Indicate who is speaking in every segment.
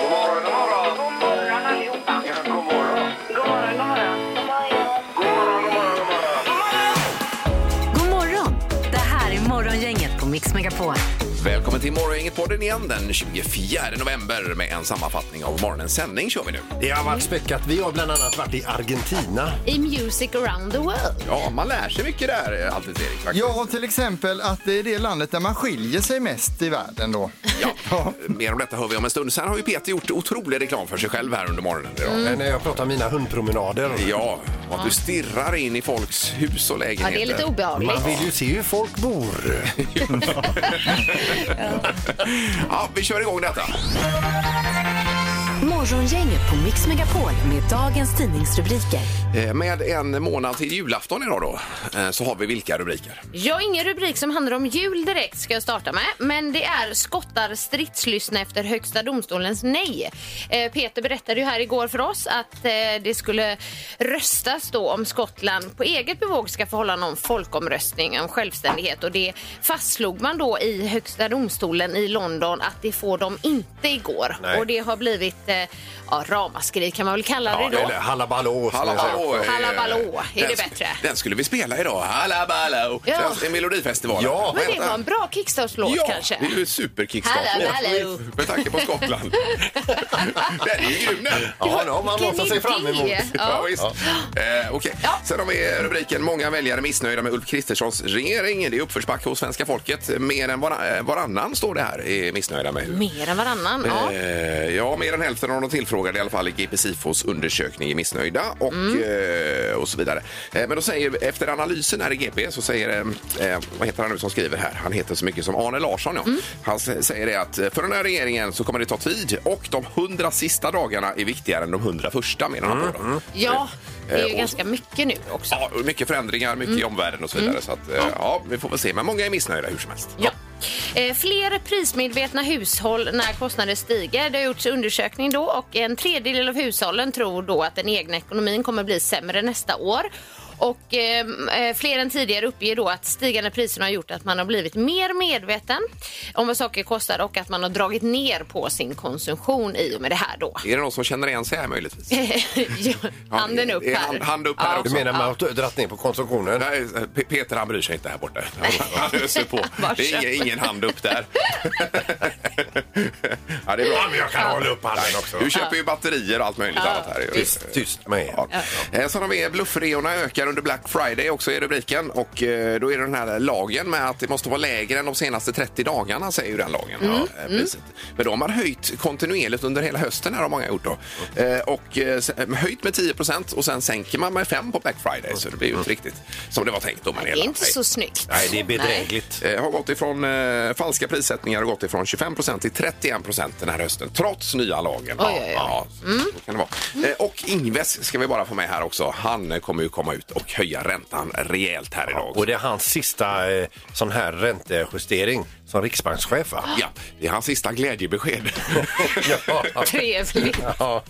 Speaker 1: God morgon, god morgon.
Speaker 2: God morgon allihopa.
Speaker 1: Ja, god morgon.
Speaker 2: God morgon, god morgon. God morgon.
Speaker 1: God morgon, god morgon, god morgon.
Speaker 3: God morgon! Det här är Morgongänget på Mix Megapol.
Speaker 4: Välkommen till Morgongänget-podden igen den 24 november med en sammanfattning av morgonens sändning kör vi nu.
Speaker 5: Det har varit späckat. Vi har bland annat varit i Argentina.
Speaker 6: I Music around the world.
Speaker 4: Ja, man lär sig mycket där eh, alltid Erik. faktiskt.
Speaker 7: Ja, till exempel att det är det landet där man skiljer sig mest i världen då.
Speaker 4: Ja. Mer om detta hör vi om en stund. Sen har ju Peter gjort otrolig reklam för sig själv här under morgonen idag.
Speaker 6: Mm.
Speaker 5: Men När jag pratar om mina hundpromenader.
Speaker 4: Ja, och att du stirrar in i folks hus och
Speaker 6: Ja,
Speaker 4: lägenheter.
Speaker 6: det är lite obehagligt.
Speaker 5: Man vill ju se hur folk bor.
Speaker 4: Ja, vi kör igång detta.
Speaker 3: Morgongänget på Mix Megapol med dagens tidningsrubriker.
Speaker 4: Eh, Med en månad till julafton idag då, eh, så har vi vilka rubriker?
Speaker 6: Jag har ingen rubrik som handlar om jul direkt ska jag starta med. Men det är skottar stridslyssna efter högsta domstolens nej. Eh, Peter berättade ju här igår för oss att eh, det skulle röstas då om Skottland på eget bevåg ska få hålla någon folkomröstning om självständighet. Och det fastslog man då i högsta domstolen i London att det får de inte igår.
Speaker 5: Nej.
Speaker 6: Och det har blivit eh, ja, ramaskri kan man väl kalla det då.
Speaker 5: Eller hallabaloo. som jag säger.
Speaker 4: eh,
Speaker 6: Hallabaloo, är
Speaker 4: den
Speaker 6: det
Speaker 4: sk-
Speaker 6: bättre?
Speaker 4: Den skulle vi spela idag. Hallabaloo.
Speaker 6: Ja.
Speaker 4: Den- Melodifestivalen.
Speaker 5: Ja.
Speaker 6: Men det
Speaker 4: Vänta.
Speaker 6: var en bra kickstart-låt
Speaker 4: ja,
Speaker 6: kanske.
Speaker 4: det är ju en superkickstart
Speaker 6: Hallå, hallå.
Speaker 4: med tanke på Skottland. Den är ju grym den.
Speaker 5: Ja, det har man
Speaker 6: Vilken
Speaker 5: matat sig
Speaker 6: idé.
Speaker 5: fram emot.
Speaker 4: Ja,
Speaker 6: Ja.
Speaker 4: visst. Eh, okej.
Speaker 6: Ja.
Speaker 4: Sen har vi rubriken Många väljare missnöjda med Ulf Kristerssons regering. Det är uppförsbacke hos svenska folket. Mer än var- varannan står det här är missnöjda med. hur-
Speaker 6: Mer än varannan, ja.
Speaker 4: Eh, Ja, mer än hälften av de tillfrågade i alla fall i GP Sifos undersökning är missnöjda och,
Speaker 6: Mm.
Speaker 4: eh, och så vidare. Eh, Men då säger, efter analysen här i GP så säger, eh, eh, vad heter han nu som skriver här? Han heter så mycket som Arne Larsson. Ja.
Speaker 6: Mm.
Speaker 4: Han s- säger det att eh, för den här regeringen så kommer det ta tid och de hundra sista dagarna är viktigare än de hundra första menar han
Speaker 6: Mm,
Speaker 4: på. Då.
Speaker 6: Ja, det är
Speaker 4: Eh,
Speaker 6: ju
Speaker 4: och-
Speaker 6: ganska mycket nu också.
Speaker 4: Ja, och mycket förändringar,
Speaker 6: Mm.
Speaker 4: mycket i omvärlden och så vidare. Så att, eh, ja, vi får väl se. Men många är missnöjda hur som helst.
Speaker 6: Ja. Eh, Fler prismedvetna hushåll när kostnader stiger. Det har gjorts undersökning då och en tredjedel av hushållen tror då att den egna ekonomin kommer bli sämre nästa år. Och eh, eh, fler än tidigare uppger då att stigande priser har gjort att man har blivit mer medveten om vad saker kostar och att man har dragit ner på sin konsumtion i och med det här då.
Speaker 4: Är det någon som känner igen sig här möjligtvis?
Speaker 6: Handen upp
Speaker 4: är- är
Speaker 6: här.
Speaker 4: hand- hand upp här
Speaker 6: Ja.
Speaker 4: också.
Speaker 5: Du menar man har dragit ner på konsumtionen?
Speaker 4: Nej, P- Peter han bryr sig inte här borta. Han, han öser på. Det är
Speaker 6: Varsågod.
Speaker 4: ingen, ingen hand upp där. ja, det är bra.
Speaker 5: Ja, men jag kan hålla upp handen också.
Speaker 4: Du köper ju batterier och allt möjligt annat här.
Speaker 5: Tyst, tyst med er.
Speaker 4: Ja. Eh, Sen har vi bluffreorna ökar under Black Friday också i rubriken och eh, då är det den här lagen med att det måste vara lägre än de senaste 30 dagarna säger ju den lagen.
Speaker 6: Mm.
Speaker 4: Ja, eh, priset. Men de har höjt kontinuerligt under hela hösten här har många gjort då. Eh, Och eh, s- eh, höjt med 10 och sen sänker man med 5 på Black Friday så det blir ju inte riktigt som det var tänkt. Då man
Speaker 6: Mm. Det är inte så snyggt.
Speaker 5: Nej, det är bedrägligt.
Speaker 4: Eh, har gått ifrån eh, falska prissättningar har gått ifrån 25 till 31 den här hösten trots nya lagen.
Speaker 6: Oj, oj, oj.
Speaker 4: Ja, så kan det vara. Eh, och Ingves ska vi bara få med här också. Han eh, kommer ju komma ut och höja räntan rejält här idag.
Speaker 5: Och det är hans sista eh, sån här räntejustering som riksbankschef. Va?
Speaker 4: Ja, det är hans sista glädjebesked.
Speaker 5: Ja.
Speaker 6: Trevligt.
Speaker 5: Ja.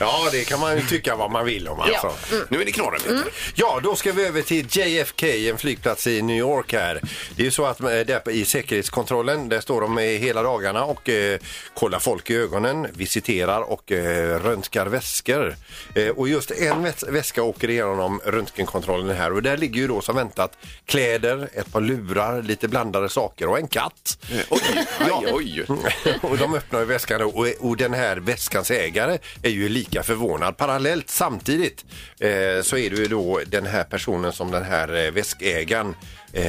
Speaker 5: ja, det kan man ju tycka vad man vill om. Alltså.
Speaker 4: Nu är det knorren, Peter.
Speaker 5: Ja, då ska vi över till JFK, en flygplats i New York här. Det är ju så att eh, där i säkerhetskontrollen, där står de eh, hela dagarna och eh, kollar folk i ögonen, visiterar och eh, röntgar väskor. Eh, och just en väs väska åker igenom röntgenkontrollen här och där ligger ju då som väntat kläder, ett par lurar, lite blandade saker och en katt.
Speaker 4: Eh, Oj, aj, oj.
Speaker 5: och de öppnar ju väskan då, och, och den här väskans ägare är ju lika förvånad. Parallellt samtidigt eh, så är det ju då den här personen som den här eh, väskägaren eh,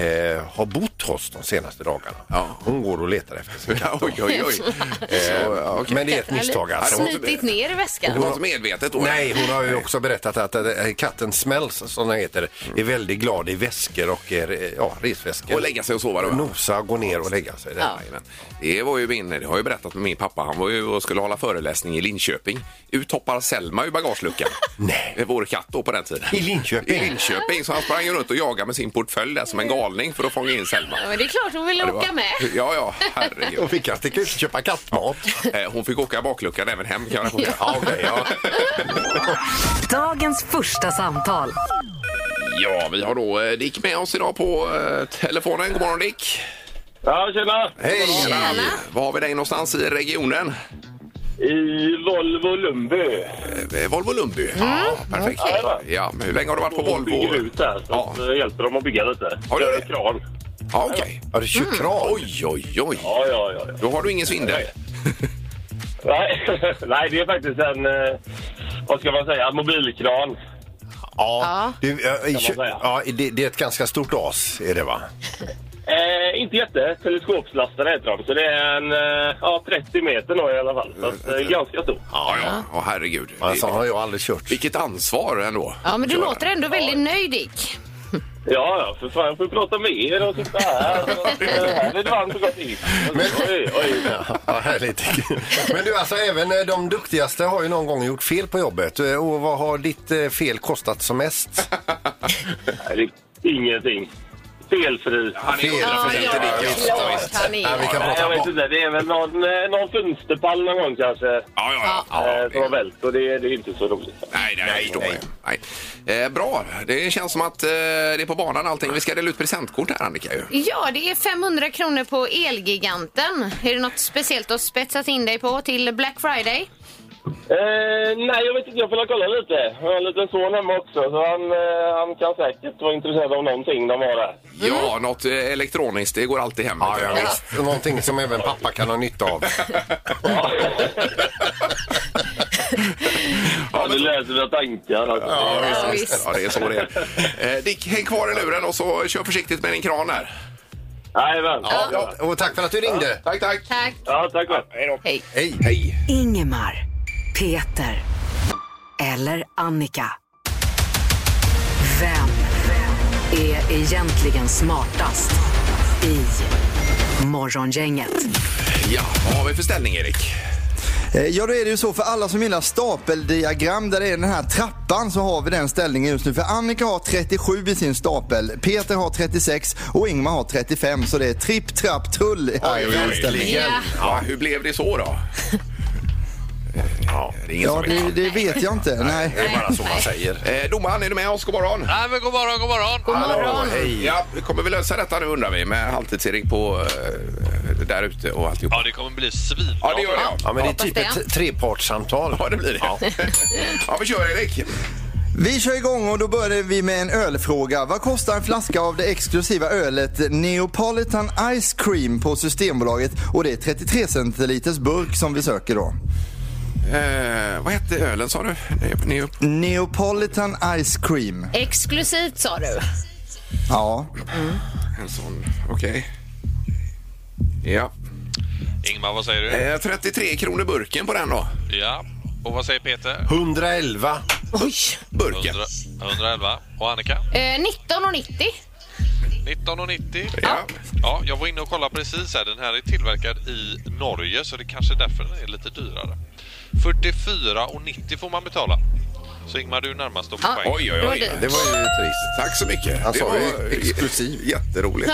Speaker 5: har bott hos de senaste dagarna.
Speaker 4: Ja.
Speaker 5: Hon går och letar efter sin katt.
Speaker 4: Ja, oj, oj, oj. Eh, okej.
Speaker 5: Men det är ett misstag
Speaker 4: Eller-
Speaker 5: alltså.
Speaker 4: Smid-
Speaker 6: Smitit ner i
Speaker 4: Det
Speaker 6: väskan.
Speaker 4: var inte medvetet då?
Speaker 5: Nej, hon har ju också berättat att eh, katten Smells, som den heter, är väldigt glad i väskor och eh, ja, resväskor.
Speaker 4: Och lägga sig och sova då?
Speaker 5: Nosa, gå ner och lägga sig.
Speaker 6: Ja.
Speaker 4: Jajamän. Det var ju min, det har jag ju berättat med min pappa. Han var ju och skulle hålla föreläsning i Linköping. Ut hoppar Selma ur bagageluckan.
Speaker 5: Nej.
Speaker 4: Det var Vår katt då på den tiden.
Speaker 5: I Linköping?
Speaker 4: I Linköping. Så han sprang ju runt och jagade med sin portfölj där som en galning för att fånga in Selma.
Speaker 6: Ja, men det är klart hon vill
Speaker 4: Det var-
Speaker 6: åka med.
Speaker 4: Ja, ja,
Speaker 5: Då
Speaker 4: herregud.
Speaker 5: fick han sticka ut och köpa kattmat.
Speaker 4: Eh, Hon fick åka i bakluckan även hem kan jag rapportera.
Speaker 5: Ja, okej, ja.
Speaker 3: Dagens första samtal.
Speaker 4: Ja, vi har då eh, Dick med oss idag på eh, telefonen. God morgon Dick!
Speaker 8: Ja, tjena!
Speaker 4: Hej!
Speaker 6: Tjena.
Speaker 4: Var har vi dig någonstans i regionen?
Speaker 8: I Volvo Lundby.
Speaker 4: Eh, Volvo Lundby. Ja, perfekt.
Speaker 8: okej.
Speaker 4: Ja, men hur länge har du varit på
Speaker 8: De bygger
Speaker 4: Volvo?
Speaker 8: ut här, så
Speaker 4: Ja.
Speaker 8: ja. hjälper dem att bygga lite.
Speaker 4: Ja, det gör
Speaker 8: Gör
Speaker 4: det.
Speaker 8: en kran.
Speaker 4: Ja, okej.
Speaker 5: Ja, du kör kran.
Speaker 4: Oj, oj, oj.
Speaker 8: Ja, ja, ja. ja.
Speaker 4: Då har du ingen svindel.
Speaker 8: Nej, nej, det är faktiskt en... eh, Vad ska man säga? Mobilkran.
Speaker 5: Ja,
Speaker 6: Ja.
Speaker 5: du, eh, kö-
Speaker 8: säga.
Speaker 5: ja, det, det är ett ganska stort as, är det va?
Speaker 8: Eh, inte jätte. Teleskopslastare heter de. Så det är en... Eh, ja, 30 meter nog i alla fall. Så att, eh, ganska stor.
Speaker 4: Ja, ja. Åh, herregud.
Speaker 5: Men sån Alltså, har jag aldrig kört.
Speaker 4: Vilket ansvar ändå.
Speaker 6: Ja, men du
Speaker 4: Kör.
Speaker 6: låter ändå väldigt nöjd, Dick.
Speaker 8: Ja, ja, för fan. Jag får ju prata med er och sitta här. Och, eh, här är det varmt och gott i. Oj, oj.
Speaker 5: Ja, härligt. Men du, alltså även eh, de duktigaste har ju någon gång gjort fel på jobbet. Eh, Och vad har ditt eh, fel kostat som mest?
Speaker 8: Nej, det är ingenting. Felfri.
Speaker 4: Han är
Speaker 6: Ja,
Speaker 4: ordentlig,
Speaker 6: ja,
Speaker 4: Dick.
Speaker 6: ja,
Speaker 4: Ja, visst.
Speaker 6: han är-
Speaker 5: Ja, vi kan
Speaker 8: Nej, jag
Speaker 5: prata
Speaker 8: vet inte. Det är väl någon, eh, någon fönsterpall någon gång kanske.
Speaker 4: Ja, ja,
Speaker 8: eh,
Speaker 4: ja.
Speaker 8: som har
Speaker 4: ja. det-
Speaker 8: vält och det, det är inte så roligt.
Speaker 4: Nej, nej, nej. Då, nej. Eh, bra, det känns som att eh, det är på banan allting. Vi ska dela ut presentkort här Annika ju.
Speaker 6: Ja, det är 500 kronor på Elgiganten. Är det något speciellt att spetsat in dig på till Black Friday?
Speaker 8: Eh, nej, jag vet inte. Jag får väl kolla lite. Jag har en liten son hemma också så han, eh, han kan säkert vara intresserad av någonting de har där.
Speaker 4: Ja, något eh, elektroniskt, det går alltid hem.
Speaker 5: Ja, ja, visst. Någonting som även pappa kan ha nytta av.
Speaker 8: Ja, du läser mina tankar. Alltså.
Speaker 4: Ja,
Speaker 6: Ja,
Speaker 4: visst, visst.
Speaker 6: visst.
Speaker 4: ja, det är så det är. Eh, Dick, häng kvar i luren och så kör försiktigt med din kran här.
Speaker 8: Jajamän. Ja.
Speaker 5: Ja, och tack för att du ringde.
Speaker 4: Tack, tack.
Speaker 6: Tack.
Speaker 8: ja, tack själv.
Speaker 4: Hej då.
Speaker 6: Hej.
Speaker 5: Hej.
Speaker 4: Hej.
Speaker 3: Ingemar, Peter eller Annika. Vem är egentligen smartast i Morgongänget?
Speaker 4: Ja, vad har vi för ställning, Erik?
Speaker 7: Eh, Ja, då är det ju så för alla som gillar stapeldiagram där det är den här trappan så har vi den ställningen just nu. För Annika har 37 i sin stapel, Peter har 36 och Ingmar har 35. Så det är tripp, trapp, trull här i
Speaker 4: Oj, oj, oj.
Speaker 7: den ställningen.
Speaker 6: Ja.
Speaker 4: Ja, hur blev det så då? Ja, det är ingen
Speaker 7: Ja,
Speaker 4: som vet.
Speaker 7: det, det vet jag inte. Nej.
Speaker 5: Det är bara så man säger.
Speaker 4: Eh, domaren, är du med oss? God morgon.
Speaker 9: Nej, men god morgon, god morgon.
Speaker 6: God morgon.
Speaker 4: Ja, vi kommer vi lösa detta nu undrar vi med halvtids-Erik på eh, där ute och alltihop.
Speaker 9: Ja, det kommer bli svinbra.
Speaker 4: Ja, det gör jag.
Speaker 5: Ja, men det är typ
Speaker 6: Hoppas det.
Speaker 5: ett trepartssamtal.
Speaker 4: Ja, det blir det. Ja, vi kör Erik.
Speaker 7: Vi kör igång och då börjar vi med en ölfråga. Vad kostar en flaska av det exklusiva ölet Neapolitan Ice Cream på Systembolaget? Och det är 33 centiliters burk som vi söker då.
Speaker 4: Eh, vad hette ölen sa du? Ni, ni,
Speaker 7: Neapolitan Ice Cream.
Speaker 6: Exklusivt sa du.
Speaker 7: Ja.
Speaker 4: en sån, okej. Ja.
Speaker 9: Ingmar, vad säger du?
Speaker 4: Eh, 33 kronor burken på den då.
Speaker 9: Ja. Och vad säger Peter?
Speaker 5: 111.
Speaker 4: Oj! Burken.
Speaker 9: 100, 111. Och Annika?
Speaker 6: Eh, 19,90.
Speaker 9: 1990.
Speaker 4: Ja.
Speaker 9: Ja, jag var inne och kollade precis här. Den här är tillverkad i Norge så det kanske är därför den är lite dyrare. 44,90 får man betala. Så Ingmar, du är närmast att få
Speaker 6: Ja.
Speaker 9: poäng.
Speaker 4: Oj, oj,
Speaker 6: Det var
Speaker 4: oj.
Speaker 6: dyrt.
Speaker 5: Det var ju trist.
Speaker 4: Tack så mycket.
Speaker 5: Han
Speaker 4: det
Speaker 5: sa
Speaker 4: var
Speaker 5: ju
Speaker 4: exklusivt. Jätteroligt.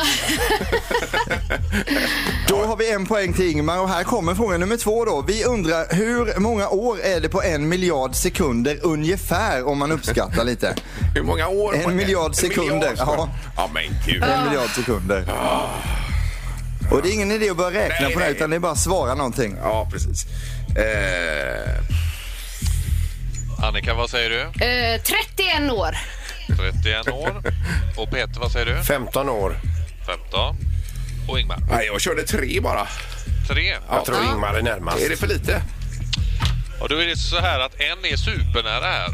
Speaker 7: Då har vi en poäng till Ingmar och här kommer fråga nummer två då. Vi undrar hur många år är det på en miljard sekunder ungefär om man uppskattar lite?
Speaker 4: Hur många år?
Speaker 7: En miljard sekunder.
Speaker 4: Ja.
Speaker 7: Ja.
Speaker 4: ja, men gud.
Speaker 7: En miljard sekunder. Och det är ingen idé att börja räkna
Speaker 4: Nej,
Speaker 7: på det här,
Speaker 4: nej.
Speaker 7: utan det är bara att svara någonting.
Speaker 4: Ja, precis. Eh,
Speaker 9: Annika, vad säger du?
Speaker 6: Eh, 31 år.
Speaker 9: 31 år. Och Peter, vad säger du?
Speaker 5: 15 år.
Speaker 9: 15. Och Ingmar?
Speaker 4: nej, jag körde tre bara.
Speaker 9: 3.
Speaker 5: Jag tror Ingmar är närmast.
Speaker 4: Är det för lite?
Speaker 9: Och då är det så här att en är supernära här.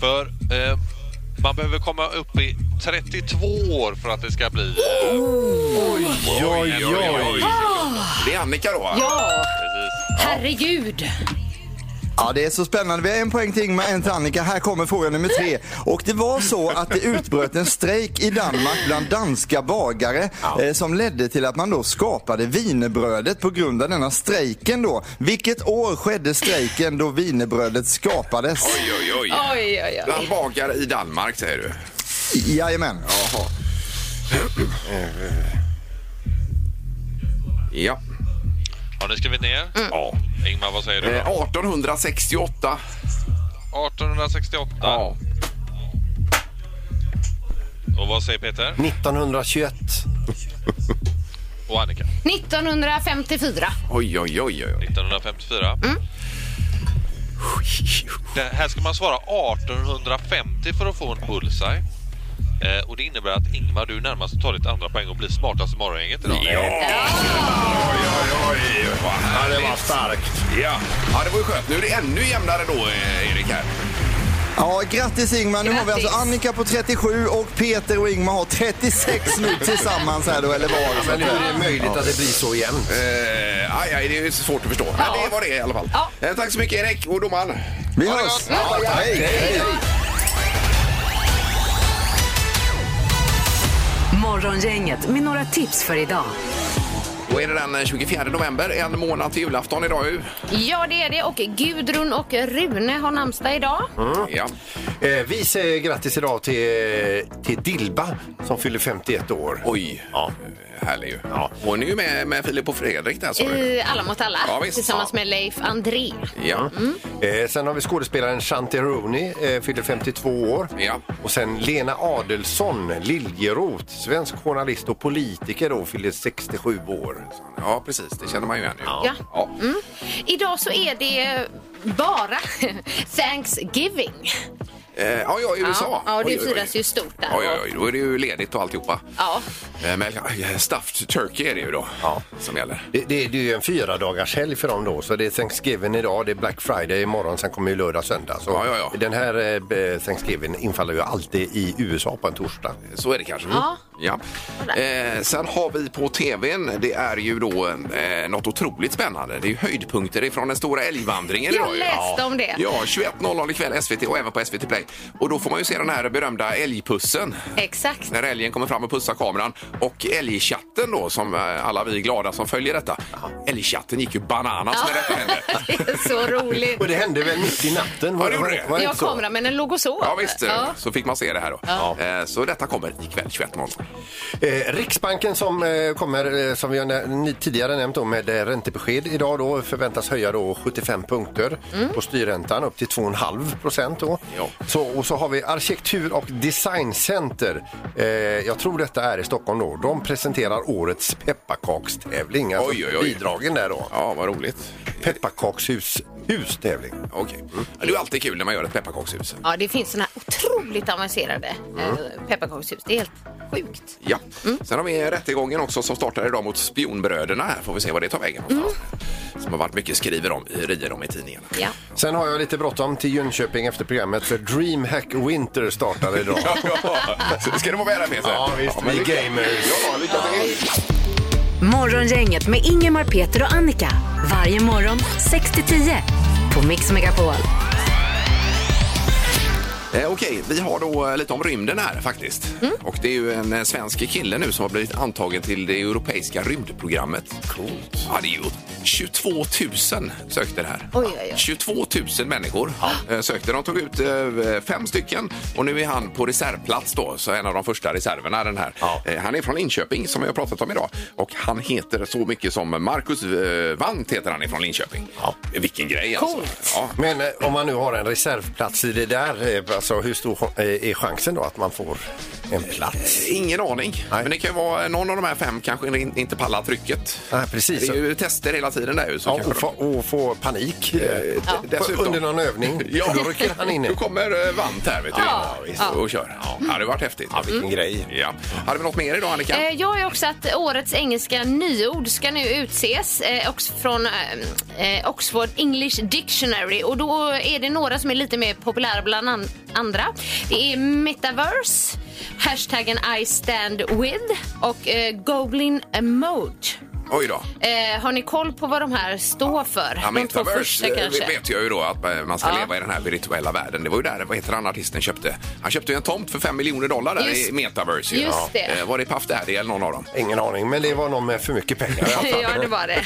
Speaker 9: För eh, man behöver komma upp i 32 år för att det ska bli...
Speaker 5: Oj, oj, oj.
Speaker 4: Det är Annika då?
Speaker 6: Ja. Herregud.
Speaker 7: Ja, det är så spännande. Vi har en poäng till Ingmar, en till Annika. Här kommer fråga nummer tre. Och det var så att det utbröt en strejk i Danmark bland danska bagare eh, som ledde till att man då skapade vinerbrödet på grund av denna strejken då. Vilket år skedde strejken då vinerbrödet skapades?
Speaker 4: Oj, oj, oj.
Speaker 6: Oj, oj, oj.
Speaker 4: Bland bagare i Danmark säger du?
Speaker 7: Jajamän.
Speaker 4: Jaha. Ja.
Speaker 9: Har ni skrivit ner?
Speaker 4: ja.
Speaker 9: Ingmar, vad säger du?
Speaker 4: Eh,
Speaker 9: Då?
Speaker 4: 1868.
Speaker 9: 1868.
Speaker 4: Ja.
Speaker 9: Och vad säger Peter?
Speaker 5: 1921.
Speaker 9: och Annika.
Speaker 6: 1954.
Speaker 4: Oj, oj, oj. oj.
Speaker 9: 1954. Det här ska man svara 1850 för att få en bullseye. Eh, och det innebär att Ingmar, du närmast tar ditt andra poäng och blir smartast i morgongänget idag.
Speaker 4: Oj, oj, oj. Vad
Speaker 5: Ja, det var
Speaker 4: härligt.
Speaker 5: starkt.
Speaker 4: Ja. ja, det var ju skönt. Nu är det ännu jämnare då, eh, Erik. Här.
Speaker 7: Ja, grattis Ingmar. Nu har vi
Speaker 6: Grattis.
Speaker 7: alltså Annika på 37 och Peter och Ingmar har 36 nu tillsammans här då, eller var. så
Speaker 5: Men
Speaker 7: att-
Speaker 5: hur är det möjligt att det blir så jämnt?
Speaker 4: Eh, aj, aj, det är ju svårt att förstå. Men det var det i alla fall.
Speaker 6: Ja.
Speaker 4: Eh, tack så mycket, Erik och domaren.
Speaker 7: Vi
Speaker 4: Ha det
Speaker 7: hörs.
Speaker 4: gott. Ja, tack. Hej.
Speaker 3: Morgongänget med några tips för idag.
Speaker 4: Då är det den eh, 24 november, en månad till julafton idag ju.
Speaker 6: Ja, det är det. Och Gudrun och Rune har namnsdag idag.
Speaker 4: Ja.
Speaker 5: Eh, vi säger grattis idag till, till Dilba som fyller 51 år.
Speaker 4: Oj,
Speaker 5: Ja.
Speaker 4: härlig ju.
Speaker 5: Ja.
Speaker 4: Hon är ju med, med Filip och Fredrik där sa du.
Speaker 6: I Alla mot alla,
Speaker 4: Ja, visst.
Speaker 6: tillsammans
Speaker 4: Ja.
Speaker 6: med Leif André.
Speaker 4: Ja.
Speaker 5: Eh, sen har vi skådespelaren Shanti Rooney, eh, fyller 52 år.
Speaker 4: Ja.
Speaker 5: Och sen Lena Adelsohn Liljeroth, svensk journalist och politiker då, fyller 67 år.
Speaker 4: ja, precis. Det känner man ju igen ju.
Speaker 6: Ja.
Speaker 4: Ja.
Speaker 6: Idag så är det bara Thanksgiving.
Speaker 4: Eh, ja, ja, i USA.
Speaker 6: Ja, ja,
Speaker 4: Oj,
Speaker 6: det
Speaker 4: oj, oj.
Speaker 6: firas ju stort där.
Speaker 4: Oj, oj, oj, då är det ju ledigt och alltihopa.
Speaker 6: Ja.
Speaker 4: Eh, Men ja, stuffed turkey är det ju då
Speaker 5: Ja.
Speaker 4: som gäller.
Speaker 5: Det, det, det är ju en fyra dagars helg för dem då, så det är Thanksgiving idag, det är Black Friday imorgon, sen kommer ju lördag, söndag. Så
Speaker 4: Ja, ja, ja.
Speaker 5: Den här eh, b- Thanksgiving infaller ju alltid i USA på en torsdag.
Speaker 4: Så är det kanske.
Speaker 6: Ja.
Speaker 4: Ja. Eh, sen har vi på tvn, det är ju då eh, något otroligt spännande. Det är ju höjdpunkter ifrån den stora älgvandringen
Speaker 6: Jag
Speaker 4: idag. ju.
Speaker 6: läste om det.
Speaker 4: Ja, 21.00 ikväll SVT och även på SVT Play. Och då får man ju se den här berömda älgpussen.
Speaker 6: Exakt.
Speaker 4: När älgen kommer fram och pussar kameran. Och älgchatten då, som eh, alla vi glada som följer detta. Älgchatten gick ju bananas när detta hände.
Speaker 6: det är så roligt.
Speaker 5: Och det hände väl mitt i natten?
Speaker 4: Ja, det gjorde det.
Speaker 5: inte
Speaker 6: Jag
Speaker 5: så?
Speaker 6: kommer men den låg och sov.
Speaker 4: Ja visst, eh,
Speaker 6: Ja.
Speaker 4: så fick man se det här då.
Speaker 6: Ja.
Speaker 4: Eh, Så detta kommer ikväll 21.00.
Speaker 5: Eh, Riksbanken som eh, kommer, eh, som vi har nä- ni- tidigare nämnt om med eh, räntebesked idag då förväntas höja då 75 punkter på styrräntan upp till 2,5 procent då.
Speaker 4: Mm. Ja.
Speaker 5: Så, och så har vi Arkitektur och designcenter. Eh, jag tror detta är i Stockholm då. De presenterar årets pepparkakstävling. Alltså
Speaker 4: Oj, oj, oj.
Speaker 5: bidragen där då.
Speaker 4: Ja, vad roligt.
Speaker 5: Pepparkakshus hustävling.
Speaker 4: Okej. Ja, det är ju alltid kul när man gör ett pepparkakshus.
Speaker 6: Ja, det finns såna här otroligt avancerade mm. pepparkakshus. Det är helt sjukt.
Speaker 4: Ja. Sen har vi rättegången också som startar idag mot spionbröderna. Här får vi se vad det tar vägen. någonstans. Som har varit mycket skriver om, rier om i tidningarna.
Speaker 6: Ja.
Speaker 5: Sen har jag lite bråttom till Jönköping efter programmet för Dreamhack Winter startar idag.
Speaker 4: ja. Ska du vara med där Peter?
Speaker 5: Ja, visst.
Speaker 4: men
Speaker 5: Vi
Speaker 4: lycka-
Speaker 5: gamers.
Speaker 4: Ja, lycka till.
Speaker 3: Morgongänget med Ingemar, Peter och Annika. Varje morgon 6 till 10 på Mix Megapol.
Speaker 4: Eh, Okej, vi har då eh, lite om rymden här faktiskt.
Speaker 6: Mm.
Speaker 4: Och det är ju en eh, svensk kille nu som har blivit antagen till det europeiska rymdprogrammet. Coolt. Ja, det är ju 22 000 sökte det här.
Speaker 6: Oj, oj, oj.
Speaker 4: 22 000 människor eh, sökte. De tog ut eh, fem stycken och nu är han på reservplats då, så en av de första reserverna den här.
Speaker 5: Ja.
Speaker 4: Eh, Han är från Linköping som vi har pratat om idag och han heter så mycket som Marcus eh, Wandt heter han ifrån Linköping.
Speaker 5: Ja.
Speaker 4: Vilken grej alltså.
Speaker 6: Coolt.
Speaker 4: Ja,
Speaker 5: Men eh, om man nu har en reservplats i det där, eh, alltså, hur stor eh, är chansen då att man får en plats?
Speaker 4: Ingen aning. Men det kan ju vara någon av de här fem kanske in- inte pallar trycket.
Speaker 5: Nej, precis.
Speaker 4: Det är ju tester hela tiden där ju. Så
Speaker 5: Ja,
Speaker 4: kanske
Speaker 5: och,
Speaker 4: de-
Speaker 5: få, och få panik eh,
Speaker 4: Eh,
Speaker 5: på-
Speaker 4: dessutom.
Speaker 5: under någon övning.
Speaker 4: Ja.
Speaker 5: Då rycker han in.
Speaker 4: Nu kommer eh, Vant här vet du.
Speaker 6: Ja,
Speaker 4: visst. och kör. Ja, det hade varit häftigt. Ja,
Speaker 5: vilken grej.
Speaker 4: Ja. Hade vi något mer idag Annika?
Speaker 6: Eh, Jag är också att årets engelska nyord ska nu utses eh, också från eh, eh, Oxford English Dictionary. Och då är det några som är lite mer populära bland an- andra. Det är metaverse, hashtaggen I stand with och eh, goblin mode.
Speaker 4: Oj då.
Speaker 6: Eh, har ni koll på vad de här står för?
Speaker 4: Ja,
Speaker 6: de två första
Speaker 4: eh,
Speaker 6: kanske?
Speaker 4: vet jag ju då att eh, man ska
Speaker 6: Ja.
Speaker 4: leva i den här virtuella världen. Det var ju där, vad heter han artisten köpte? Han köpte ju en tomt för 5 miljoner dollar där
Speaker 6: Just-
Speaker 4: i metaverse. ju.
Speaker 6: just
Speaker 4: Ja.
Speaker 6: det.
Speaker 4: Eh, Var det Puff Daddy eller någon av dem?
Speaker 5: Ingen aning, men det var någon med för mycket pengar. i alla fall.
Speaker 6: ja, det var det.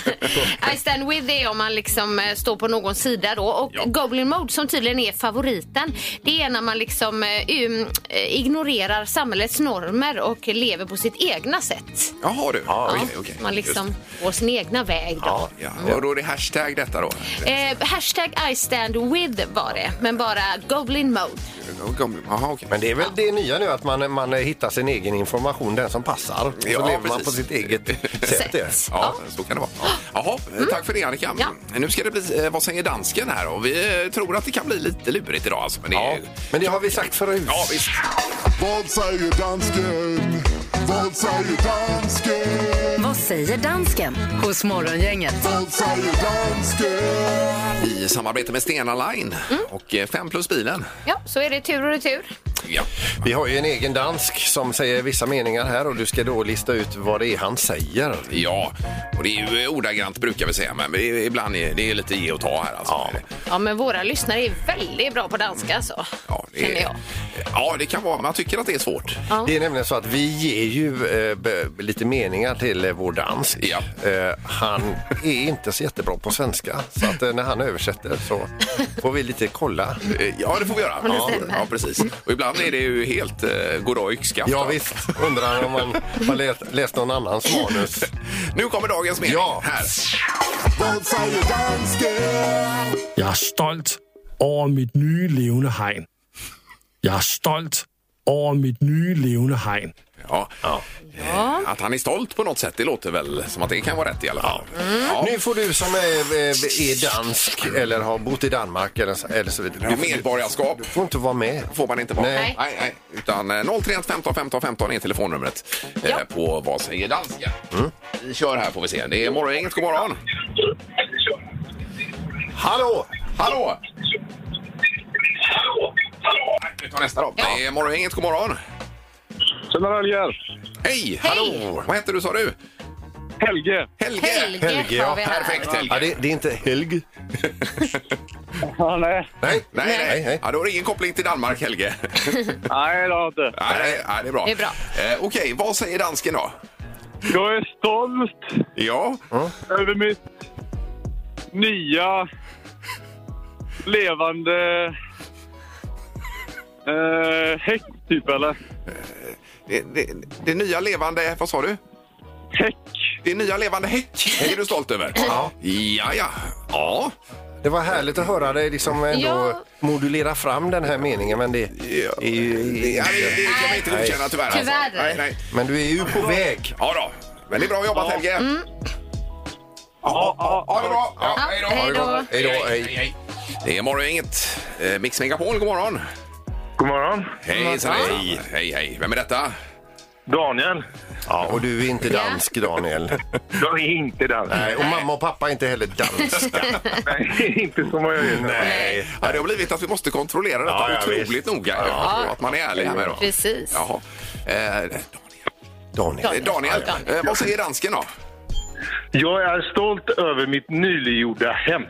Speaker 6: I stand with det är om man liksom eh, står på någon sida då. Och
Speaker 4: Ja.
Speaker 6: Goblin mode som tydligen är favoriten, det är när man liksom eh, um, eh, ignorerar samhällets normer och lever på sitt egna sätt.
Speaker 4: Jaha du.
Speaker 5: Ja.
Speaker 4: Okej, okej.
Speaker 6: Man liksom
Speaker 4: Just.
Speaker 6: går sin egna väg då.
Speaker 5: Ja.
Speaker 4: Ja. Och då är det hashtag detta då?
Speaker 6: Eh, hashtag I stand with var det, men bara Goblin mode.
Speaker 4: gamla. Jaha, okej.
Speaker 5: Men det är väl det nya nu att man, man hittar sin egen information, den som passar. Och så
Speaker 4: Ja,
Speaker 5: lever man
Speaker 4: precis.
Speaker 5: på sitt eget sätt.
Speaker 6: Sätt.
Speaker 5: det.
Speaker 4: Ja, så kan det vara. Jaha, eh, tack för det Annika.
Speaker 6: Ja.
Speaker 4: Nu ska det bli eh, Vad säger dansken här och vi eh, tror att det kan bli lite lurigt idag alltså. Men det
Speaker 5: Ja.
Speaker 4: är...
Speaker 5: Men det har vi sagt förut.
Speaker 4: Ja, visst.
Speaker 10: Vad säger dansken? Vad säger dansken?
Speaker 3: Vad säger dansken hos Morgongänget?
Speaker 10: Vad säger dansken?
Speaker 4: I samarbete med Stena Line och eh, fem plus bilen.
Speaker 6: Ja, så är det tur och retur.
Speaker 4: Ja.
Speaker 5: Vi har ju en egen dansk som säger vissa meningar här och du ska då lista ut vad det är han säger.
Speaker 4: Ja, och det är ju eh, ordagrant brukar vi säga, men det är- ibland är det är lite ge och ta här alltså. Ja,
Speaker 6: Ja, men våra lyssnare är väldigt bra på danska alltså.
Speaker 4: det,
Speaker 6: Känner jag.
Speaker 4: är, ja det kan vara. Man tycker att det är svårt.
Speaker 5: Det är nämligen så att vi ger ju eh, b- lite meningar till eh, vår dansk.
Speaker 4: Ja.
Speaker 5: Eh, han är inte så jättebra på svenska så att eh, när han översätter så får vi lite kolla.
Speaker 4: Eh, Ja, det får vi göra.
Speaker 6: det
Speaker 4: Ja,
Speaker 6: stämmer.
Speaker 4: ja, precis. Och ibland är det ju helt eh, goddag yxskaft.
Speaker 5: Ja visst, undrar om man har läst, läst någon annans manus.
Speaker 4: Nu kommer dagens mening.
Speaker 5: Ja.
Speaker 4: Här.
Speaker 10: Vad säger dansken?
Speaker 11: Jeg er stolt over mit nye levende hegn. Jeg er stolt over mit nye levende hegn.
Speaker 4: Ja. Eh, Att han är stolt på något sätt, det låter väl som att det kan vara rätt i alla fall. Ja.
Speaker 5: Nu får du som är, eh, är dansk eller har bott i Danmark eller, så- eller så vidare.
Speaker 4: Ja, Medborgarskap
Speaker 5: Du får inte vara med.
Speaker 4: får man inte vara.
Speaker 5: Nej.
Speaker 4: Nej, nej. Utan eh, 031 15 15 15 är telefonnumret eh, på Vad säger dansken? Vi kör här får vi se. Det är morgongänget, god morgon.
Speaker 5: Hallå!
Speaker 4: Hallå! Nej, Vi tar nästa då. Det är morgongänget, god morgon.
Speaker 8: Tjena Röljer!
Speaker 4: Hej! Hallå! Vad heter du sa du?
Speaker 8: Helge!
Speaker 4: Helge!
Speaker 6: Helge,
Speaker 5: Helge,
Speaker 6: har vi
Speaker 5: ja.
Speaker 6: här.
Speaker 4: Perfekt Helge.
Speaker 5: Ja, det, det är inte Helg.
Speaker 8: Ja, nej.
Speaker 5: Nej.
Speaker 4: Nej, nej.
Speaker 5: Nej, nej.
Speaker 4: Ja, då har du ingen koppling till Danmark Helge.
Speaker 8: Nej, det har jag inte.
Speaker 4: nej, nej, nej, det är bra.
Speaker 6: Det är bra.
Speaker 4: Eh, Okej, vad säger dansken då?
Speaker 8: Jag är stolt
Speaker 4: Ja.
Speaker 8: över mitt nya levande eh, häck, typ, eller?
Speaker 4: Det, det, det nya levande... Vad sa du?
Speaker 8: Häck.
Speaker 4: Det nya levande häck är du stolt över?
Speaker 5: Ja.
Speaker 4: Ja, ja. Ja,
Speaker 5: Det var härligt att höra dig liksom ändå
Speaker 6: Ja.
Speaker 5: modulera fram den här meningen. Men, det, är ju-
Speaker 4: ja det, det kan vi inte godkänna tyvärr.
Speaker 6: Tyvärr.
Speaker 4: Alltså. Nej, nej.
Speaker 5: men du är ju på väg.
Speaker 4: Ja då. Men det är bra jobbat Helge.
Speaker 6: Mm.
Speaker 4: Ja, ja, ja, det är bra. Ja, hej då.
Speaker 6: Ja, hej då.
Speaker 4: Ha det gott.
Speaker 5: Hej då, hej.
Speaker 4: Det är morgongänget. Eh, Mix Megapol, god morgon.
Speaker 8: God morgon.
Speaker 4: Hej, hej, hej, hej. Vem är detta?
Speaker 8: Daniel.
Speaker 5: Ja, och du är inte dansk, Daniel.
Speaker 8: Jag är inte där.
Speaker 5: Nej, och mamma och pappa är inte heller danska.
Speaker 8: Nej, inte som jag är.
Speaker 5: Nej.
Speaker 4: Ja, det har blivit att vi måste kontrollera detta
Speaker 5: Ja, ja,
Speaker 4: otroligt
Speaker 5: visst.
Speaker 4: noga.
Speaker 5: Ja.
Speaker 4: Att man är ärlig här med då.
Speaker 6: Precis.
Speaker 4: Jaha. Eh,
Speaker 5: Daniel.
Speaker 4: Daniel, Daniel. Eh, vad säger dansken då?
Speaker 8: Jag är stolt över mitt nyliggjorda hem.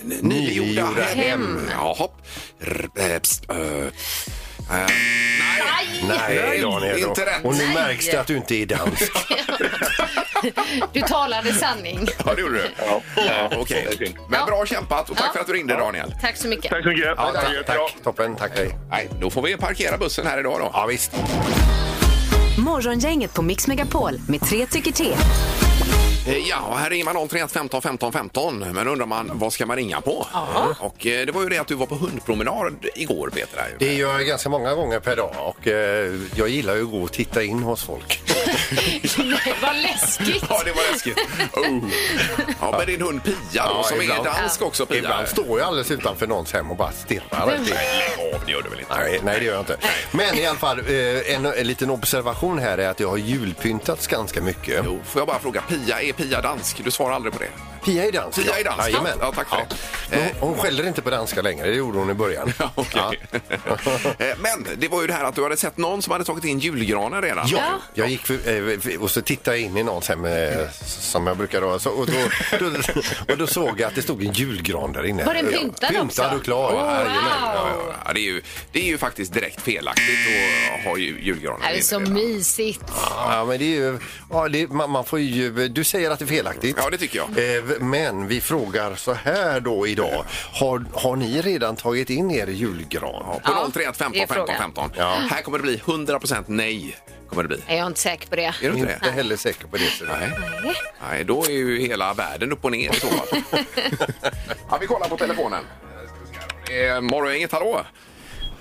Speaker 4: N- Nygjorda hem.
Speaker 6: hem.
Speaker 4: Jaha. R- eh, pst, eh, eh, nej,
Speaker 5: Nej, Daniel.
Speaker 4: inte rätt.
Speaker 5: Och nu märks det att du inte är dansk.
Speaker 6: Du talade sanning.
Speaker 4: ja, det gjorde du. Ja. Okej. Men bra kämpat och tack
Speaker 6: Ja.
Speaker 4: för att du ringde Daniel.
Speaker 6: Tack så mycket.
Speaker 8: Tack så mycket.
Speaker 5: Ja, tack, tack. Toppen, tack. Hej.
Speaker 4: Nej, då får vi parkera bussen här idag då.
Speaker 5: Ja, visst.
Speaker 3: Morgongänget på Mix Megapol med tre tycker till.
Speaker 4: Eh, Ja, och här ringer man 031 15 15 15. Men undrar man vad ska man ringa på? Och eh, det var ju det att du var på hundpromenad igår Peter. här ju.
Speaker 5: Det gör jag ganska många gånger per dag och eh, jag gillar ju att gå och titta in hos folk.
Speaker 6: Nej, vad läskigt.
Speaker 4: Ja, det var läskigt. Oh. Ja, men din hund Pia då, som
Speaker 5: ibland.
Speaker 4: är dansk också. Pia.
Speaker 5: Ibland står jag alldeles utanför någons hem och bara stirrar. rätt in.
Speaker 4: Lägg av, det gör du väl inte?
Speaker 5: Nej, nej, det gör jag inte. Men i alla fall, eh, en, en liten observation här är att jag har julpyntats ganska mycket.
Speaker 4: Jo, får jag bara fråga, Pia, är Pia dansk? Du svarar aldrig på det.
Speaker 5: Pia är dansk.
Speaker 4: Pia är dansk.
Speaker 5: Jajamän.
Speaker 4: Ja, tack för det.
Speaker 5: Men hon, hon skäller inte på danska längre, det gjorde hon i början.
Speaker 4: Ja, okej. Eh, Men det var ju det här att du hade sett någon som hade tagit in julgranen redan.
Speaker 5: Ja, jag gick för, eh, för- och så tittade jag in i någons hem eh, som jag brukar ha. Så, och, då, då, och då såg jag att det stod en julgran där inne.
Speaker 6: Var den
Speaker 5: Ja,
Speaker 6: pyntad
Speaker 5: Pyntad
Speaker 6: också?
Speaker 5: och klar.
Speaker 6: Oh,
Speaker 5: jajamän.
Speaker 6: wow.
Speaker 5: ja, ja.
Speaker 4: Ja, det, är ju, det är ju faktiskt direkt felaktigt att ha ju, julgranen
Speaker 6: Det här är
Speaker 4: inne
Speaker 6: så
Speaker 4: redan.
Speaker 6: mysigt.
Speaker 5: Ja, men det är ju, ja, det, man, man får ju, du säger att det är felaktigt.
Speaker 4: Ja, det tycker jag.
Speaker 5: Eh, men vi frågar så här då idag. Har, har ni redan tagit in er julgran?
Speaker 4: På
Speaker 6: Ja,
Speaker 4: 031
Speaker 6: det
Speaker 4: 15
Speaker 6: är
Speaker 4: 15
Speaker 6: frågan.
Speaker 4: 15.
Speaker 5: Ja.
Speaker 4: Här kommer det bli 100% nej. Kommer det bli.
Speaker 6: Nej, Jag är inte säker på det.
Speaker 4: Är du inte det?
Speaker 5: Inte heller säker på det. så-
Speaker 4: Nej. Nej, då är ju hela världen upp och ner i så fall. ja, vi kollar på telefonen. Eh, Morgongänget, hallå!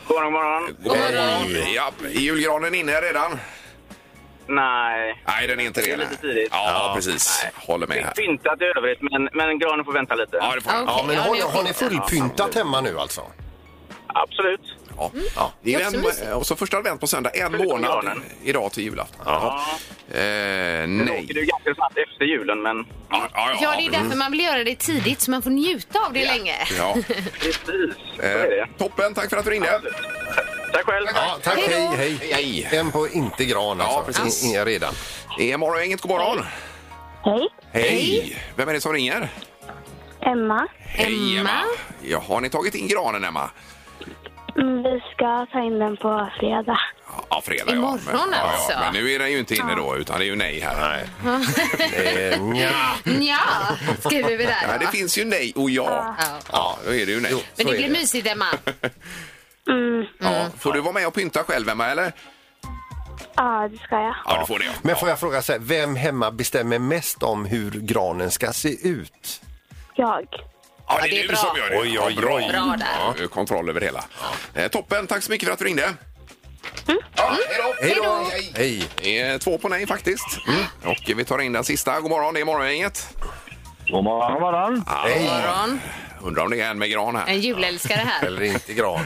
Speaker 1: God morgon.
Speaker 4: God morgon. Ja, är julgranen inne redan?
Speaker 1: Nej.
Speaker 4: Nej, den är inte
Speaker 1: Det
Speaker 4: det.
Speaker 1: är
Speaker 4: nej.
Speaker 1: lite tidigt.
Speaker 4: Ja, precis. Håller med här.
Speaker 1: Pyntat i övrigt, men, men granen får vänta lite.
Speaker 4: Ja, det får
Speaker 6: Ja, okej.
Speaker 5: Ja, men
Speaker 6: det
Speaker 5: har,
Speaker 6: är
Speaker 5: har ni
Speaker 6: fint.
Speaker 5: fullpyntat hemma nu alltså?
Speaker 1: Absolut.
Speaker 4: Ja. Ja. Det är
Speaker 6: också
Speaker 4: ju
Speaker 6: mysigt.
Speaker 4: en, och så första advent på söndag, en
Speaker 1: Förutom
Speaker 4: månad
Speaker 1: granen.
Speaker 4: idag till julafton. Eh,
Speaker 1: Sen åker du
Speaker 4: nej.
Speaker 1: ganska snabbt efter julen, men
Speaker 4: Ja, mm.
Speaker 6: Ja, det är därför man vill göra det tidigt så man får njuta av det länge.
Speaker 4: Ja.
Speaker 1: precis. Så är
Speaker 4: Eh,
Speaker 1: det.
Speaker 4: toppen, tack för att du ringde.
Speaker 1: Tack själv.
Speaker 5: Ja, tack. Hej, hej.
Speaker 4: Hej.
Speaker 5: En på inte gran alltså.
Speaker 4: Ja, precis.
Speaker 5: I, i, redan.
Speaker 4: Det är morgongänget, god morgon.
Speaker 2: Hej,
Speaker 4: Hej. Vem är det som ringer?
Speaker 2: Emma.
Speaker 4: Hej, Emma.
Speaker 6: Emma.
Speaker 4: Ja, har ni tagit in granen, Emma?
Speaker 2: Mm, Vi ska ta in den på fredag.
Speaker 4: Ja, fredag.
Speaker 6: Imorgon
Speaker 4: ja. Men,
Speaker 6: alltså.
Speaker 4: Ja, men nu är den ju inte inne då, utan det är ju nej här. Nej.
Speaker 5: Eh, nja.
Speaker 6: Ja, skriver vi där.
Speaker 4: Mm. det
Speaker 6: då.
Speaker 4: finns ju nej och ja.
Speaker 6: Ja.
Speaker 4: Ja, då är det ju nej.
Speaker 6: Men
Speaker 5: Så
Speaker 6: det
Speaker 5: är
Speaker 6: blir
Speaker 5: det.
Speaker 6: mysigt, Emma. Mm.
Speaker 4: Ja. Får du vara med och pynta själv, Emma, eller?
Speaker 2: Ja, det ska jag.
Speaker 4: Ja, du får det. ja.
Speaker 5: Men får jag fråga så här, vem hemma bestämmer mest om hur granen ska se ut?
Speaker 2: Jag.
Speaker 4: Ja,
Speaker 6: det är bra.
Speaker 5: Oj, oj,
Speaker 4: bra.
Speaker 5: oj.
Speaker 6: Bra där.
Speaker 4: Ja, kontroll över det hela. Eh, toppen, tack så mycket för att du ringde.
Speaker 6: Mm.
Speaker 4: Ja, hej då! Hej.
Speaker 5: Hej!
Speaker 4: Det är två på nej faktiskt.
Speaker 6: Mm.
Speaker 4: Och vi tar in den sista. God morgon, det är morgongänget.
Speaker 8: God morgon, god morgon.
Speaker 6: God morgon.
Speaker 4: Undrar om det är en med gran här.
Speaker 6: En julälskare här.
Speaker 5: Eller inte gran.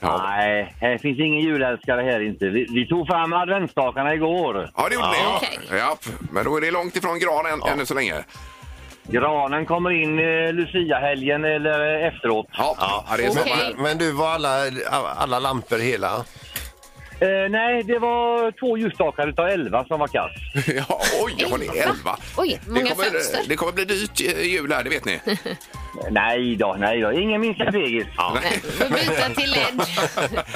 Speaker 4: Ja,
Speaker 8: Nej, här finns ingen julälskare här inte. Vi, vi tog fram adventsstakarna igår.
Speaker 4: ja det gjorde ni. Ja.
Speaker 6: Okej.
Speaker 4: Ja, men då är det långt ifrån gran än, ännu så länge.
Speaker 8: Granen kommer in eh, Lucia-helgen eller eh, efteråt.
Speaker 4: Ja, ja, det är så.
Speaker 6: Okej.
Speaker 5: Men, men du, var alla, alla lampor hela?
Speaker 8: Eh, nej, det var två ljusstakar utav elva som var kass.
Speaker 4: Ja, oj, har ni
Speaker 6: Elva?
Speaker 4: elva?
Speaker 6: Oj,
Speaker 4: det
Speaker 6: många fönster.
Speaker 4: kommer, det kommer bli dyrt eh, jul här, det vet ni.
Speaker 8: Nej då, nej då. Ingen minsta fegis.
Speaker 6: Nej, får byta till Edge.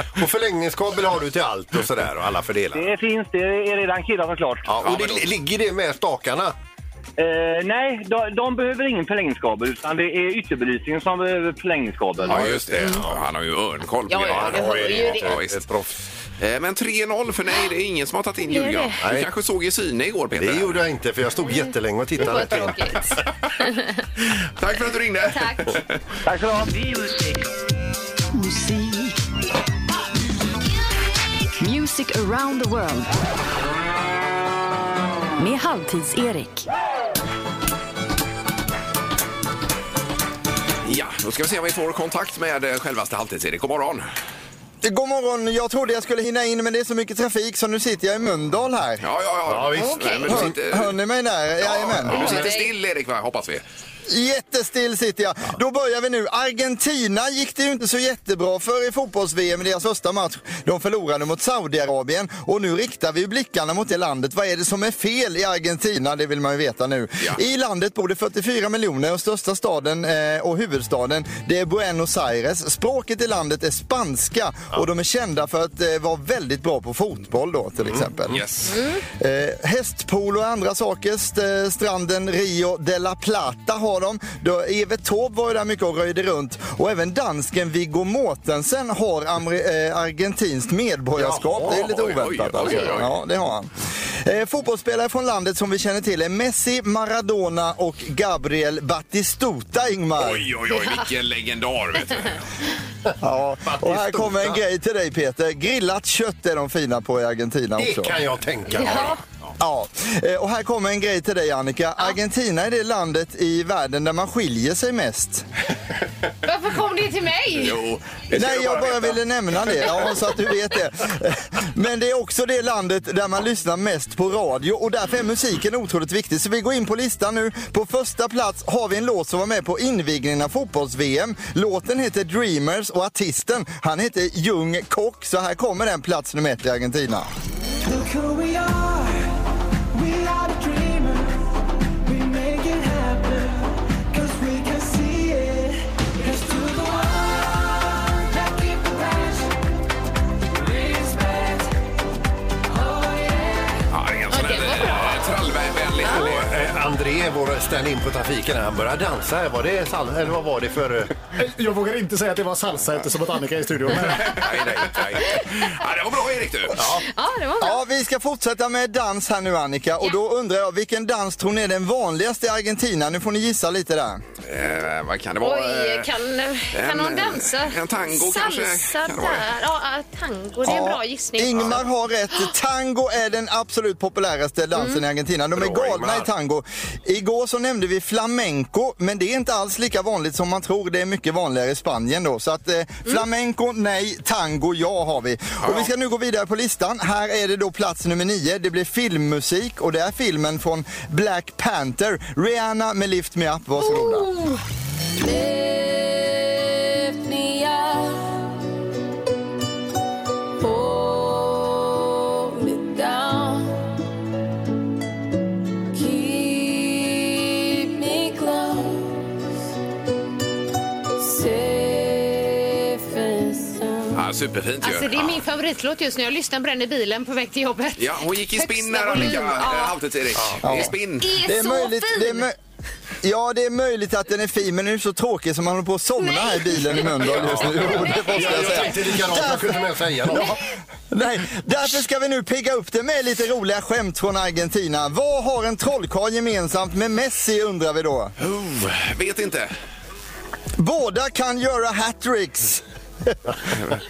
Speaker 5: Och förlängningskabel har du till allt och sådär och alla fördelar.
Speaker 8: Det finns, det är redan killar såklart.
Speaker 5: Ja, och det, ligger det med stakarna?
Speaker 8: Eh, nej, de, de behöver ingen förlängningskabel utan det är ytterbelysningen som behöver förlängningskabel.
Speaker 4: Ja, just det. Ja, han har ju örnkoll på
Speaker 6: Mm. Ja, ja,
Speaker 4: grejerna.
Speaker 6: jag hör ju det.
Speaker 4: Ja, visst.
Speaker 5: Ett proffs.
Speaker 4: Eh, Men 3-0 för nej, det är ingen som har tagit in
Speaker 6: Blev det?
Speaker 4: julgran. Du
Speaker 5: Nej.
Speaker 4: kanske såg i syne igår, Peter.
Speaker 5: Det gjorde jag inte för jag stod jättelänge och
Speaker 6: Det var
Speaker 5: tittade.
Speaker 6: tråkigt.
Speaker 4: Tack för att du ringde.
Speaker 6: Tack.
Speaker 8: Tack så mycket.
Speaker 3: Music around the world. Med Halvtids-Erik.
Speaker 4: Ja, då ska vi se om vi får kontakt med eh, självaste Halvtids-Erik. God morgon.
Speaker 7: God morgon, jag trodde jag skulle hinna in men det är så mycket trafik så nu sitter jag i Mölndal här.
Speaker 4: Ja, ja, ja.
Speaker 5: Ja, visst.
Speaker 4: Nej, men du
Speaker 7: Hör,
Speaker 4: sitter...
Speaker 7: hör ni mig där? Jajamän.
Speaker 4: Du sitter
Speaker 6: Okej.
Speaker 4: still, Erik, va? hoppas vi.
Speaker 7: Jättestill sitter jag. Då börjar vi nu. Argentina gick det ju inte så jättebra för i fotbolls-VM, deras första match. De förlorade mot Saudiarabien och nu riktar vi ju blickarna mot det landet. Vad är det som är fel i Argentina? Det vill man ju veta nu.
Speaker 4: Ja.
Speaker 7: I landet bor det 44 miljoner och största staden eh, och huvudstaden det är Buenos Aires. Språket i landet är spanska och de är kända för att eh, vara väldigt bra på fotboll då till exempel.
Speaker 4: Mm. Yes.
Speaker 7: Eh, hästpool och andra saker. St- eh, stranden Rio de la Plata har de. Då Evert Taube var ju där mycket och röjde runt. Och även dansken Viggo Mortensen har ameri- eh, argentinskt medborgarskap.
Speaker 4: Jaha,
Speaker 7: det är lite
Speaker 4: oj, oj,
Speaker 7: oväntat.
Speaker 4: oj, oj, oj.
Speaker 7: alltså. Ja, det har han. Eh, fotbollsspelare från landet som vi känner till är Messi, Maradona och Gabriel Batistuta, Ingmar.
Speaker 4: Oj, oj, oj, vilken legendar, vet du.
Speaker 7: Ja. Och här
Speaker 5: Batistuta.
Speaker 7: kommer en grej till dig, Peter. Grillat kött är de fina på i Argentina också.
Speaker 5: Det kan jag tänka mig.
Speaker 6: Ja.
Speaker 7: Ja, eh, och här kommer en grej till dig Annika. Argentina är det landet i världen där man skiljer sig mest.
Speaker 6: Varför kom det till mig?
Speaker 4: Jo, det ska
Speaker 7: Nej,
Speaker 4: du
Speaker 7: jag bara
Speaker 4: veta.
Speaker 7: ville nämna det, ja, så att du vet det. Men det är också det landet där man lyssnar mest på radio och därför är musiken otroligt viktig. Så vi går in på listan nu. På första plats har vi en låt som var med på invigningen av fotbolls-VM. Låten heter Dreamers och artisten, han heter Jung Kock. Så här kommer den, plats nummer ett i Argentina.
Speaker 4: Ja, det är en sån här eh, trallvänlig...
Speaker 5: Och, eh, André, vår kastar han in på trafiken när han börjar dansa. Var det sal- eller vad var det för... eh,
Speaker 12: Jag vågar inte säga att det var salsa eftersom att Annika är i studion.
Speaker 4: nej, nej, nej. Ja, det var bra Erik du. Ja.
Speaker 6: Ja, det var bra.
Speaker 7: Ja, vi ska fortsätta med dans här nu Annika. Och då undrar jag, vilken dans tror ni är den vanligaste i Argentina? Nu får ni gissa lite där.
Speaker 4: Eh, vad kan det vara?
Speaker 6: Oj,
Speaker 4: Eh,
Speaker 6: kan, kan
Speaker 4: en-
Speaker 6: hon dansa?
Speaker 4: en tango
Speaker 6: Salsa
Speaker 4: kanske? Kan det vara det?
Speaker 6: där. Ja, ah, tango. Det är en bra gissning.
Speaker 7: Ingmar har rätt. Tango är den absolut populäraste dansen i Argentina. De är
Speaker 5: Bra,
Speaker 7: galna
Speaker 5: Ingmar.
Speaker 7: i tango. Igår så nämnde vi flamenco, men det är inte alls lika vanligt som man tror. Det är mycket vanligare i Spanien då. Så att eh, flamenco, nej. Tango, ja har vi. Och vi ska nu gå vidare på listan. Här är det då plats nummer nio. Det blir filmmusik och det är filmen från Black Panther. Rihanna med Lift Me Up. Varsågoda.
Speaker 4: Ja, superfint ju.
Speaker 6: Alltså, det är min favoritlåt just nu. Jag lyssnar på den i bilen på väg till jobbet.
Speaker 4: Ja, hon gick i spinn där
Speaker 6: Högsta
Speaker 4: Annika.
Speaker 6: volym.
Speaker 4: Ja. Halvtids Erik. I spinn.
Speaker 6: Det är, så fin!
Speaker 7: det är mö- Ja, det är möjligt att den är fin, men den är så tråkig som man håller på att somna här i bilen i Mölndal just nu. Jo, det måste jag
Speaker 5: Jag
Speaker 7: säga.
Speaker 5: tänkte likadant, jag kunde med säga något.
Speaker 7: Nej, därför ska vi nu pigga upp det med lite roliga skämt från Argentina. Vad har en trollkarl gemensamt med Messi undrar vi då?
Speaker 4: Oh, vet inte.
Speaker 7: Båda kan göra hattricks.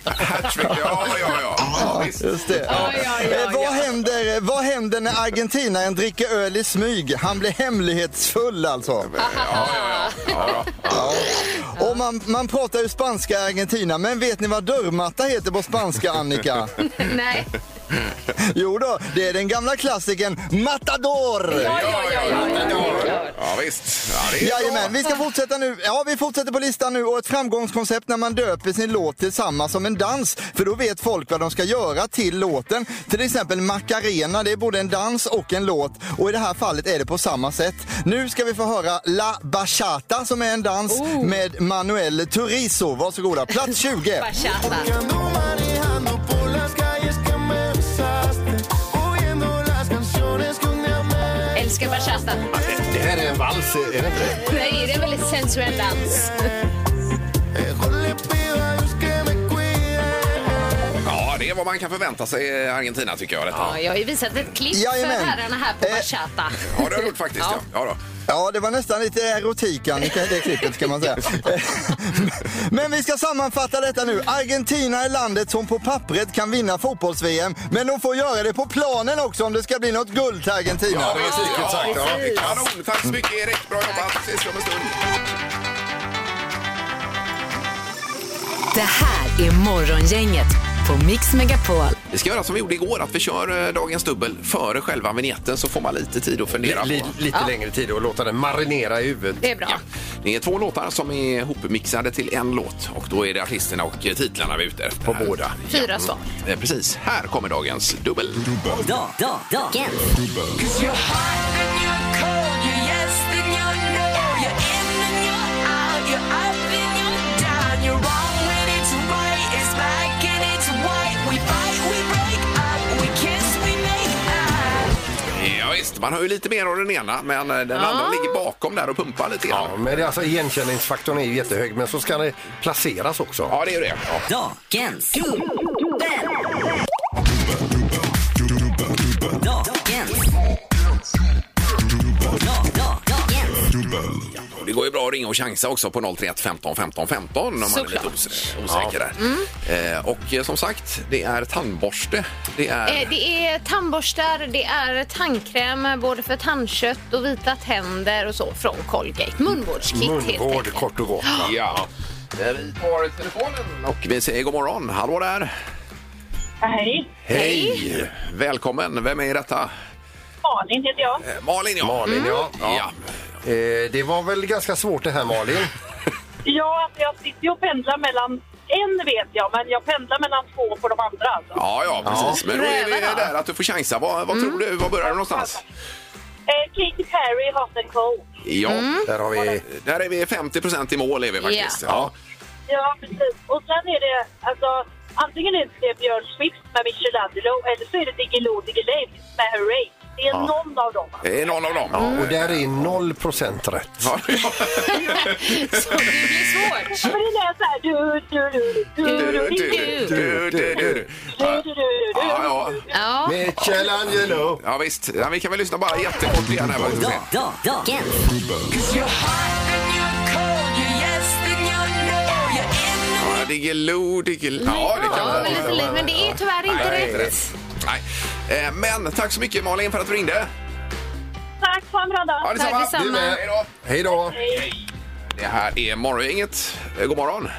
Speaker 4: Hattrick. Ja, ja, ja. ja visst.
Speaker 7: Just det.
Speaker 6: Ja, ja, ja,
Speaker 7: Eh, vad,
Speaker 6: ja.
Speaker 7: händer, vad händer när argentinaren dricker öl i smyg? Han blir hemlighetsfull alltså.
Speaker 4: Ja, ja, ja. ja, ja.
Speaker 7: Och man, man pratar ju spanska i Argentina, men vet ni vad dörrmatta heter på spanska, Annika?
Speaker 6: Nej.
Speaker 7: Jo då, det är den gamla klassikern Matador!
Speaker 6: Ja, ja, ja, ja, ja, ja.
Speaker 4: ja visst. Ja, det är...
Speaker 7: Jajamän, vi ska fortsätta nu. Ja, vi fortsätter på listan nu och ett framgångskoncept när man döper sin låt till samma som en dans. För då vet folk vad de ska göra till låten. Till exempel Macarena, det är både en dans och en låt. Och i det här fallet är det på samma sätt. Nu ska vi få höra La Bachata som är en dans med Manuel Turizo. Varsågoda, plats 20.
Speaker 6: Bachata. Älskar bachata.
Speaker 5: Det här är en vals, är det inte?
Speaker 6: Nej, det är väldigt sensuell dans.
Speaker 4: ja, det är vad man kan förvänta sig i Argentina tycker jag. Detta.
Speaker 6: Ja, jag har ju visat ett klipp för
Speaker 7: Jajamän.
Speaker 6: herrarna här på
Speaker 7: Eh,
Speaker 6: bachata.
Speaker 4: Ja, det har du gjort faktiskt. Ja. Ja, då.
Speaker 7: Ja, det var nästan lite erotik Annika i det klippet kan man säga. Men vi ska sammanfatta detta nu. Argentina är landet som på pappret kan vinna fotbolls-VM, men de får göra det på planen också om det ska bli något guld till Argentina.
Speaker 4: Ja, visst,
Speaker 5: Ja,
Speaker 4: ja,
Speaker 5: exakt, ja.
Speaker 4: ja. Kanon! Tack så mycket Erik. Bra jobbat. Ses om en stund.
Speaker 3: Det här är Morgongänget på Mix Megapol.
Speaker 4: Vi ska göra som vi gjorde igår, att vi kör eh, dagens dubbel före själva vignetten så får man lite tid att fundera
Speaker 5: Li,
Speaker 4: på.
Speaker 5: lite längre tid och låta den marinera i huvudet.
Speaker 6: Det är bra.
Speaker 4: Ja. Det är två låtar som är hopmixade till en låt och då är det artisterna och eh, titlarna vi är ute efter. På båda.
Speaker 6: Fyra svar.
Speaker 4: Precis. Här kommer dagens dubbel. Ja, visst, man hör ju lite mer av den ena men eh, den andra ligger bakom där och pumpar lite grann.
Speaker 5: Ja,
Speaker 4: Ja.
Speaker 5: men det är alltså igenkänningsfaktorn är ju jättehög, men så ska det placeras också.
Speaker 4: det är ju det. Ja.
Speaker 13: Dagens dubbel. Dagens. Dagens.
Speaker 4: Och Det går ju bra att ringa och chansa också på 031 15 15 15 om man är lite
Speaker 6: Såklart.
Speaker 4: os osäker där. Eh, och eh, som sagt, det är tandborste, det är...
Speaker 6: Eh, Det är tandborstar, det är tandkräm både för tandkött och vita tänder och så från Colgate. Munvårdskit helt
Speaker 5: Munvård,
Speaker 6: enkelt.
Speaker 5: kort och gott.
Speaker 4: Ja. Eh, Vi tar telefonen och vi säger god morgon. Hallå där!
Speaker 2: Hej,
Speaker 4: Hej! Välkommen! Vem är detta?
Speaker 2: Malin heter jag.
Speaker 4: Eh, Malin, ja. Mm.
Speaker 5: Malin, ja.
Speaker 4: Ja.
Speaker 5: Eh, det var väl ganska svårt det här, Malin?
Speaker 2: Ja, alltså jag sitter ju och pendlar mellan, en vet jag, men jag pendlar mellan två på de andra. Alltså.
Speaker 4: Ja, ja, precis. Men då är det
Speaker 6: Pröva då. Mm.
Speaker 4: där att du får chansa. Vad, vad tror du? Var börjar du någonstans?
Speaker 2: Eh, Katy Perry, Hot and Cold.
Speaker 4: Ja,
Speaker 6: Mm.
Speaker 5: Där har vi...
Speaker 4: där är vi 50 i mål är vi faktiskt.
Speaker 6: Ja.
Speaker 4: Ja.
Speaker 2: Ja, precis. Och sen är det, alltså, antingen är det Björn Skifs med Michelangelo eller så är det Diggiloo Diggiley med Hooray. Det är
Speaker 5: Ja.
Speaker 2: någon av dem.
Speaker 4: Det är någon av dem.
Speaker 5: Ja, och där är 0 procent rätt.
Speaker 6: Så det blir svårt.
Speaker 2: Men det lät så här... Du, du, du, du, du, du, du, du.
Speaker 4: Du, du, du, du. Ja, ja.
Speaker 6: Ja.
Speaker 5: Michelangelo.
Speaker 4: Ja, visst. Ja, vi kan väl lyssna bara jättekort igen här. vad vi ska se. Ja, Diggiloo, Diggiloo. Ja, det kan
Speaker 6: Ja, men, lite,
Speaker 4: vara.
Speaker 6: likt, men det är tyvärr inte
Speaker 4: Nej, inte
Speaker 6: rätt.
Speaker 4: rätt. Nej. Eh, Men tack så mycket Malin för att du ringde.
Speaker 2: Tack, ha en bra dag.
Speaker 4: Ja, detsamma.
Speaker 6: Tack, detsamma.
Speaker 4: Du med. Hej då.
Speaker 5: Hej då.
Speaker 4: Det här är Morgongänget. Eh, God morgon.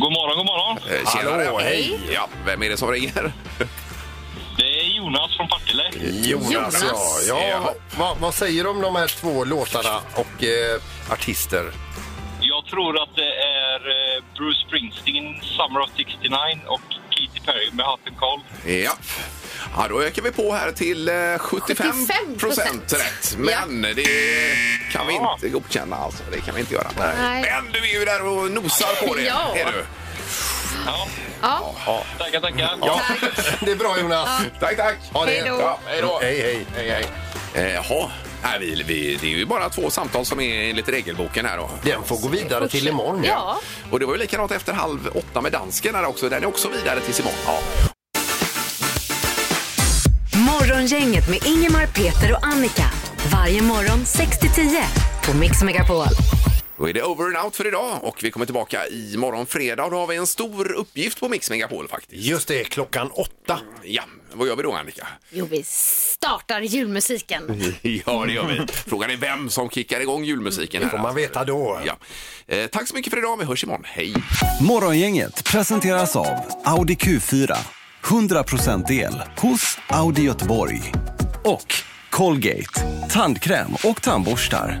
Speaker 14: God morgon, god morgon.
Speaker 4: Eh, Tjenare.
Speaker 14: Hallå, hej.
Speaker 4: Ja, vem är det som ringer?
Speaker 14: Det är Jonas från Partille.
Speaker 5: Jonas, ja. ja. Vad, vad säger du om de här två låtarna och eh, artister?
Speaker 14: Jag tror att det är eh, Bruce Springsteen, Summer of 69 och Katy Perry med Hot and Cold.
Speaker 4: Ja. Ja, då ökar vi på här till eh, 75
Speaker 14: 75%.
Speaker 4: procent rätt. Men det kan vi inte godkänna alltså. Det kan vi inte göra. Men du är ju där och nosar på det.
Speaker 6: Ja.
Speaker 4: Är du?
Speaker 6: Ja.
Speaker 4: Ja.
Speaker 14: Tackar, tackar.
Speaker 4: Ja.
Speaker 5: Det är bra Jonas.
Speaker 4: Tack, tack.
Speaker 5: Ha det.
Speaker 6: Hej då.
Speaker 4: Ja, hej då.
Speaker 5: Hej, hej.
Speaker 4: hej, hej. Eh, Jaha, Nej, vi, vi, det är ju bara två samtal som är enligt regelboken här då.
Speaker 5: Den får gå vidare till imorgon.
Speaker 6: Ja.
Speaker 4: Och det var ju likadant efter halv åtta med dansken här också. Den är också vidare till imorgon. Ja.
Speaker 3: Morgongänget med Ingemar, Peter och Annika. Varje morgon 6 till 10 på Mix Megapol.
Speaker 4: Då är det over and out för idag och vi kommer tillbaka imorgon fredag och då har vi en stor uppgift på Mix Megapol faktiskt.
Speaker 5: Just det, klockan åtta.
Speaker 4: Ja, vad gör vi då Annika?
Speaker 6: Jo, vi startar julmusiken.
Speaker 4: ja, det gör vi. Frågan är vem som kickar igång julmusiken. Det får man
Speaker 5: veta då.
Speaker 4: Ja. Eh, tack så mycket för idag. Vi hörs imorgon. Hej!
Speaker 15: Morgongänget presenteras av Audi Q4. 100% el hos Audi Göteborg. Och Colgate. Tandkräm och tandborstar.